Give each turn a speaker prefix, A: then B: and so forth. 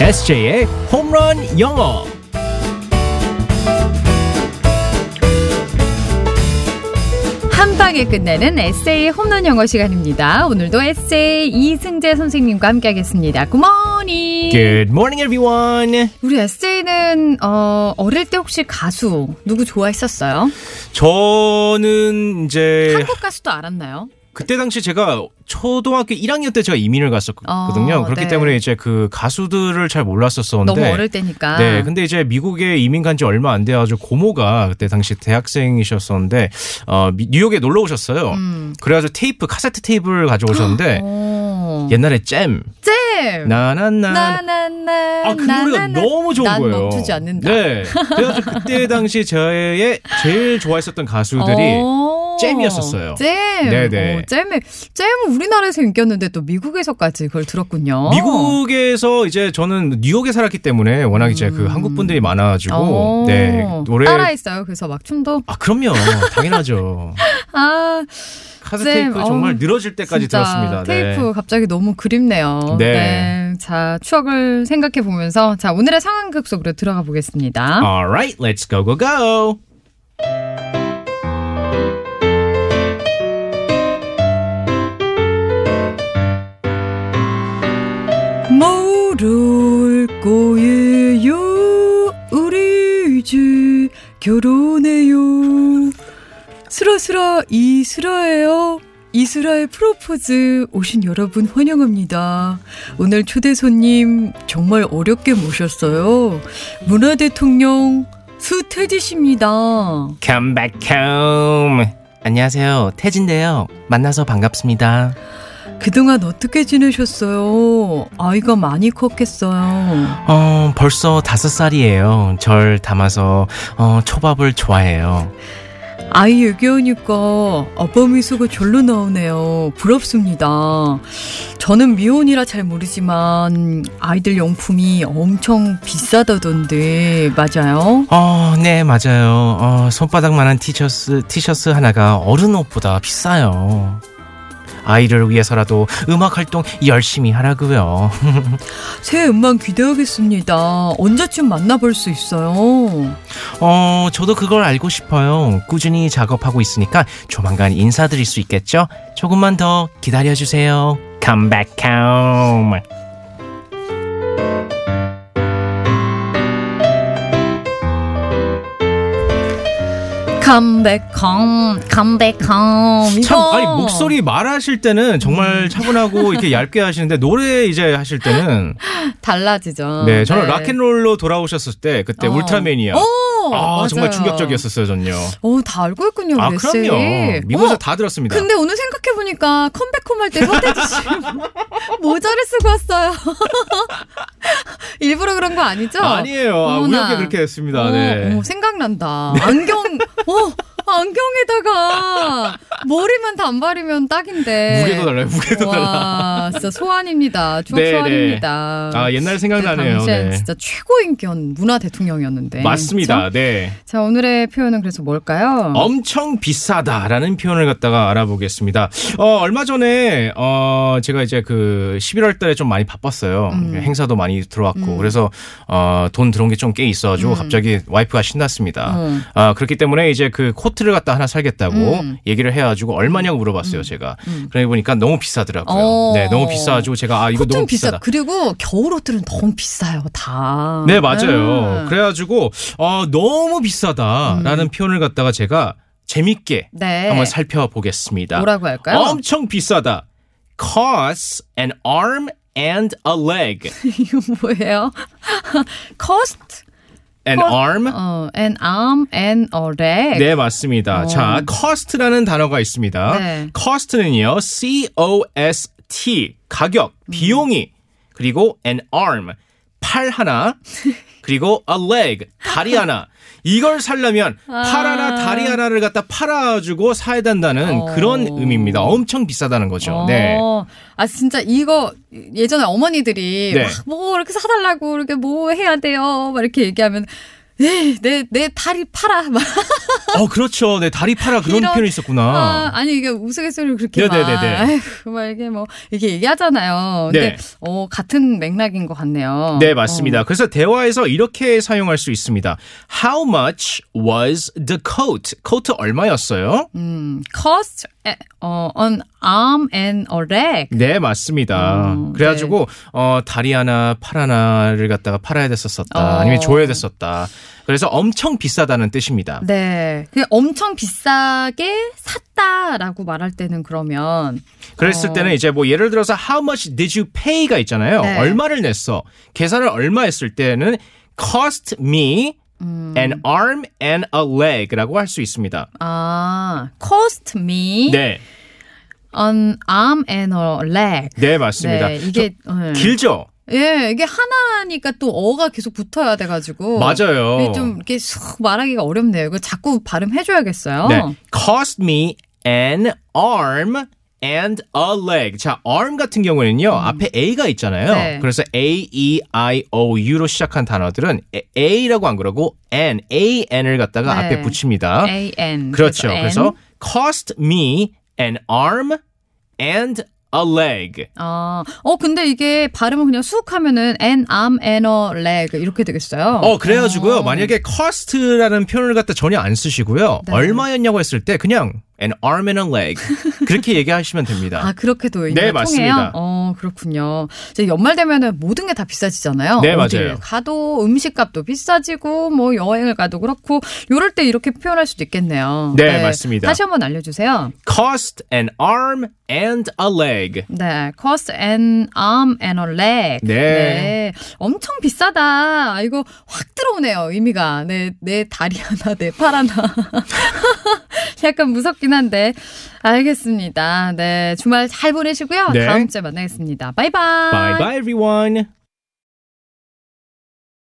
A: SJ의 홈런 영어.
B: 한 방에 끝내는 에세이 홈런 영어 시간입니다. 오늘도 에세이 이승재 선생님과 함께하겠습니다. 굿모닝.
A: Good morning, everyone.
B: 우리 에세이는 어, 어릴 때 혹시 가수 누구 좋아했었어요?
A: 저는 이제
B: 한국 가수도 알았나요?
A: 그때 당시 제가 초등학교 1학년 때 제가 이민을 갔었거든요.
B: 어,
A: 그렇기
B: 네.
A: 때문에 이제 그 가수들을 잘 몰랐었었는데.
B: 너무 어릴 때니까.
A: 네, 근데 이제 미국에 이민 간 지 얼마 안 돼가지고 고모가 그때 당시 대학생이셨었는데 어, 미- 뉴욕에 놀러 오셨어요.
B: 음. 어.
A: 그래가지고 테이프 카세트 테이프를 가져오셨는데
B: 오.
A: 옛날에 잼
B: 잼.
A: 나나나
B: 나나나.
A: 아 그 노래가
B: 나나나.
A: 너무 좋은
B: 난
A: 거예요.
B: 멈추지 않는다.
A: 네, 그래서 그때 당시 저의 제일 좋아했었던 가수들이
B: 오.
A: 잼이었었어요.
B: 잼.
A: 네네.
B: 오, 잼이 잼 우리나라에서 인기였는데 또 미국에서까지 그걸 들었군요.
A: 미국에서 이제 저는 뉴욕에 살았기 때문에 워낙 이제 그
B: 음.
A: 한국 분들이 많아가지고
B: 오.
A: 네 노래
B: 따라했어요. 그래서 막 춤도
A: 아 그럼요 당연하죠
B: 아
A: 카세트
B: 쌤,
A: 테이프 정말
B: 어우,
A: 늘어질 때까지
B: 진짜
A: 들었습니다. 네.
B: 테이프 갑자기 너무 그립네요.
A: 네.
B: 자 추억을 생각해 보면서 자 오늘의 상황극 속으로 들어가 보겠습니다.
A: Alright, let's go go go.
B: 모를 거예요. 우리 이제 결혼해요. 슬아슬아 이슬아예요. 이슬아의 프로포즈 오신 여러분 환영합니다. 오늘 초대 손님 정말 어렵게 모셨어요. 문화 대통령 수태지십니다.
A: Come back home. 안녕하세요, 태진데요. 만나서 반갑습니다.
B: 그동안 어떻게 지내셨어요? 아이가 많이 컸겠어요.
A: 어, 벌써 다섯 살이에요. 절 담아서 어, 초밥을 좋아해요.
B: 아이 얘기하니까 아빠 미소가 절로 나오네요. 부럽습니다. 저는 미혼이라 잘 모르지만 아이들 용품이 엄청 비싸다던데 맞아요?
A: 어, 네 맞아요. 어, 손바닥만한 티셔츠 티셔츠 하나가 어른 옷보다 비싸요. 아이를 위해서라도 음악 활동 열심히 하라고요.
B: 새 음반 기대하겠습니다. 언제쯤 만나볼 수 있어요?
A: 어, 저도 그걸 알고 싶어요. 꾸준히 작업하고 있으니까 조만간 인사드릴 수 있겠죠? 조금만 더 기다려주세요. Come back home.
B: 컴백 컴 컴백 컴 이거
A: 참, 아니, 목소리 말하실 때는
B: 음.
A: 정말 차분하고 이렇게 얇게 하시는데, 노래 이제 하실 때는,
B: 달라지죠.
A: 네, 저는 락앤롤로 돌아오셨을 때, 그때
B: 어.
A: 울트라맨이야.
B: 오,
A: 아, 정말
B: 맞아요.
A: 충격적이었었어요, 전요.
B: 오, 다 알고 있군요.
A: 아,
B: 레슬.
A: 그럼요. 미국에서
B: 어머,
A: 다 들었습니다.
B: 근데 오늘 생각해보니까 컴백홈 할 때 서태지 씨뭐 모자를 쓰고 왔어요. 일부러 그런 거 아니죠?
A: 아니에요. 아,
B: 어머나.
A: 우연하게 그렇게 됐습니다.
B: 어,
A: 네.
B: 어머, 생각난다. 안경, 어, 안경에다가 머리만 단발이면 딱인데.
A: 무게도 달라요, 무게도 달라.
B: 와, 진짜 소환입니다. 추억
A: 네, 네.
B: 소환입니다.
A: 아, 옛날 생각나네요.
B: 그때 당시엔
A: 네.
B: 진짜 최고 인기였는 문화 대통령이었는데.
A: 맞습니다. 어,
B: 그쵸?
A: 네.
B: 자, 오늘의 표현은 그래서 뭘까요?
A: 엄청 비싸다라는 표현을 갖다가 알아보겠습니다. 어, 얼마 전에 어, 제가 이제 그 11월 달에 좀 많이 바빴어요.
B: 음.
A: 행사도 많이 들어왔고
B: 음.
A: 그래서 어, 돈 들어온 게 좀 꽤 있어가지고
B: 음.
A: 갑자기 와이프가 신났습니다.
B: 음.
A: 아, 그렇기 때문에 이제 그 코트를 갖다 하나 살겠다고
B: 음.
A: 얘기를 해가지고 얼마냐고 물어봤어요, 제가.
B: 음.
A: 그러다 보니까 너무 비싸더라고요.
B: 어.
A: 네, 너무 비싸가지고 제가 아, 이거
B: 보통
A: 너무
B: 비싸.
A: 비싸다.
B: 그리고 겨울 옷들은 너무 비싸요, 다.
A: 네, 맞아요.
B: 아.
A: 그래가지고 어, 너무 비싸다라는 표현을 갖다가 제가 재밌게
B: 음. 네.
A: 한번 살펴보겠습니다.
B: 뭐라고 할까요?
A: 엄청 비싸다. Costs an arm and a leg.
B: 이거 뭐예요? cost,
A: An
B: Cost-
A: arm.
B: 어, an arm and a leg.
A: 네 맞습니다.
B: 어.
A: 자, cost라는 단어가 있습니다.
B: 네.
A: cost는요, C O S T 가격,
B: 음.
A: 비용이 그리고 an arm 팔 하나 그리고 a leg 다리 하나 이걸 살려면
B: 아.
A: 팔 하나 다리 하나를 갖다 팔아주고 사야 된다는
B: 어.
A: 그런 의미입니다. 엄청 비싸다는 거죠.
B: 어,
A: 네.
B: 아 진짜 이거 예전에 어머니들이
A: 네.
B: 막 뭐 이렇게 사달라고 이렇게 뭐 해야 돼요 막 이렇게 얘기하면 네, 내, 내 다리 팔아. 막.
A: 어, 그렇죠. 네, 다리 팔아 그런
B: 이런-
A: 표현이
B: 아,
A: 있었구나.
B: 아니, 이게 우스갯소리로 그렇게 막.
A: 네네네네.
B: 아이고, 막 이게 뭐, 이게 얘기하잖아요. 근데,
A: 네.
B: 어, 같은 맥락인 것 같네요.
A: 네, 맞습니다. 그래서 대화에서 이렇게 사용할 수 있습니다. How much was the coat? 코트 얼마였어요?
B: 음, cost a- 어, an arm and a leg.
A: 네, 맞습니다.
B: 음,
A: 그래가지고 어, 다리 하나, 팔 하나를 갖다가 팔아야 됐었었다.
B: 어.
A: 아니면 줘야 됐었다. 그래서 엄청 비싸다는 뜻입니다.
B: 네. 그 엄청 비싸게 샀다라고 말할 때는 그러면
A: 그랬을
B: 어.
A: 때는 이제 뭐 예를 들어서 how much did you pay가 있잖아요.
B: 네.
A: 얼마를 냈어. 계산을 얼마 했을 때는 cost me
B: 음.
A: an arm and a leg라고 할 수 있습니다.
B: 아, cost me
A: 네.
B: an arm and a leg.
A: 네, 맞습니다.
B: 네, 이게 예.
A: 길죠?
B: 예, 이게 하나니까 또 어가 계속 붙어야 돼 가지고
A: 맞아요.
B: 이게 좀 이렇게 쑥 말하기가 어렵네요. 이거 자꾸 발음해 줘야겠어요.
A: 네. cost me an arm and a leg. 자, arm 같은 경우에는요. 앞에 a가 있잖아요.
B: 음. 네.
A: 그래서 a e i o u로 시작한 단어들은 a- a라고 안 그러고 an, a n을 갖다가
B: 네.
A: 앞에 붙입니다.
B: A N
A: 그렇죠. 그래서
B: N.
A: cost me an arm and a leg.
B: 아, 어 근데 이게 발음을 그냥 쑥 하면은 an arm and a leg 이렇게 되겠어요.
A: 어, 그래가지고요.
B: 어.
A: 만약에 cost라는 표현을 갖다 전혀 안 쓰시고요.
B: 네.
A: 얼마였냐고 했을 때 그냥 an arm and a leg. 그렇게 얘기하시면 됩니다.
B: 아 그렇게도
A: 네,
B: 네, 통해요.
A: 맞습니다.
B: 어 그렇군요. 이제 연말 되면은 모든 게 다 비싸지잖아요.
A: 네,
B: 어딜
A: 맞아요.
B: 가도 음식값도 비싸지고 뭐 여행을 가도 그렇고 요럴 때 이렇게 표현할 수도 있겠네요.
A: 네, 맞습니다.
B: 다시 한번 알려주세요.
A: cost an arm and a leg.
B: 네, cost an arm and a leg.
A: 네.
B: 엄청 비싸다. 아, 이거 확 들어오네요. 의미가 내 내 다리 하나, 내 팔 하나. 약간 무섭긴 한데 알겠습니다. 네, 주말 잘 보내시고요.
A: 네.
B: 다음 주에 만나겠습니다. 바이바이.
A: Bye bye everyone.